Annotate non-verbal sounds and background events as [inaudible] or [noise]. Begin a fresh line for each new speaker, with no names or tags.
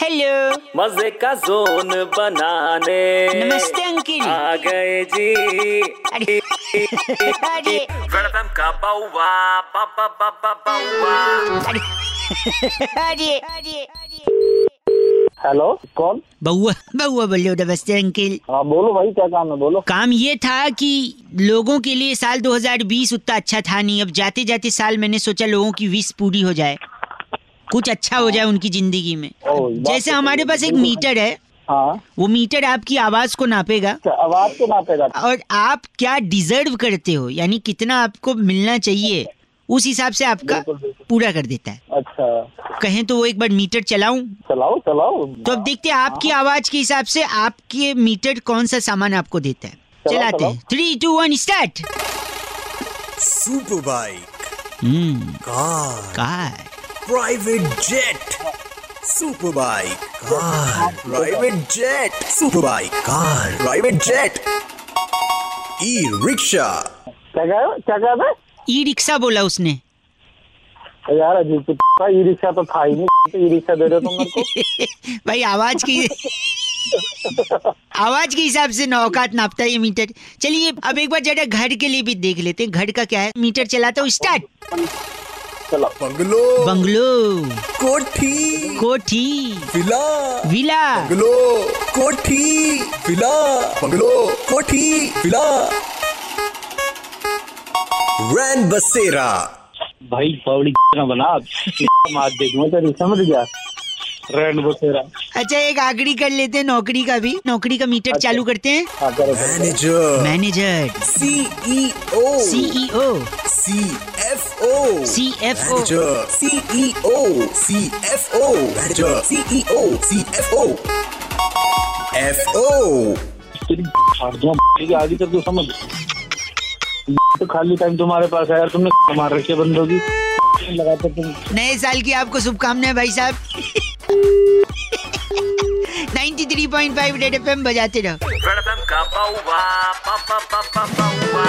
Hello
मजे का zone बनाने
नमस्ते अंकिल
आ गए जी
अरे अरे
वेलकम का बाउवा बाबा बाबा बाउवा
अरे अरे
हेलो कौन
बउआ बउआ बोलो नमस्ते अंकिल
हाँ बोलो भाई क्या काम है बोलो
काम ये था कि लोगों के लिए साल 2020 उतना अच्छा था नहीं अब जाते जाते साल मैंने सोचा लोगों की विश पूरी हो जाए कुछ अच्छा हो जाए उनकी जिंदगी में
ओ, ये बात
जैसे
तो
हमारे
सही
पास
है,
एक
बिल्कुल।
मीटर है
हाँ
वो मीटर आपकी आवाज को नापेगा
क्या आवाज तो नापेगा
और आप क्या डिजर्व करते हो यानी कितना आपको मिलना चाहिए उस हिसाब से आपका
बिल्कुल, बिल्कुल।
पूरा कर देता है
अच्छा
कहें तो वो एक बार मीटर चलाऊं
चलाओ चलाओ हाँ।
तो अब देखते हैं आपकी आवाज के हिसाब से आपके मीटर कौन सा सामान आपको देता है
चलाओ,
चलाते हैं three two one start
super bike
hmm
car
car
private jet super bike car private jet super bike car private jet e rickshaw
क्या कह क्या कह रहे
ई रिक्शा बोला उसने
हो? यार अजीब कुछ था ई रिक्शा तो था ही नहीं तो ई रिक्शा दे रहे हो तुम मेरे को
भाई आवाज की आवाज के हिसाब से नौकात नापता है ये मीटर चलिए अब एक बार जरा घर के लिए भी देख लेते हैं घर का क्या है मीटर चलाता हूँ स्टार्ट
चलो
बंगलो
बंगलो
कोठी
कोठी
विला
विला
बंगलो कोठी विला बंगलो कोठी विला रैन बसेरा
भाई पौड़ी ना बना आप मार देखूंगा तेरी समझ गया रेड बसेरा
अच्छा एक आखिरी कर लेते हैं नौकरी का भी नौकरी का मीटर चालू करते हैं
हाँ करो करो।
Manager
manager
E CEO
CEO
CFO.
CFO.
Manager. E CEO. CFO. Manager. E CEO. CFO. FO.
तेरी फाड़ दूंगा भाई, आगे कर दो समझ तो खाली टाइम तुम्हारे पास है यार तुमने मार रखी है बंदों की लगातार तुम
नए साल की आपको शुभकामनाएं भाई साहब [laughs] 93.5 रेड एफएम बजाते रहो
वेलकम का बाउवा बाबा बाबा बाउवा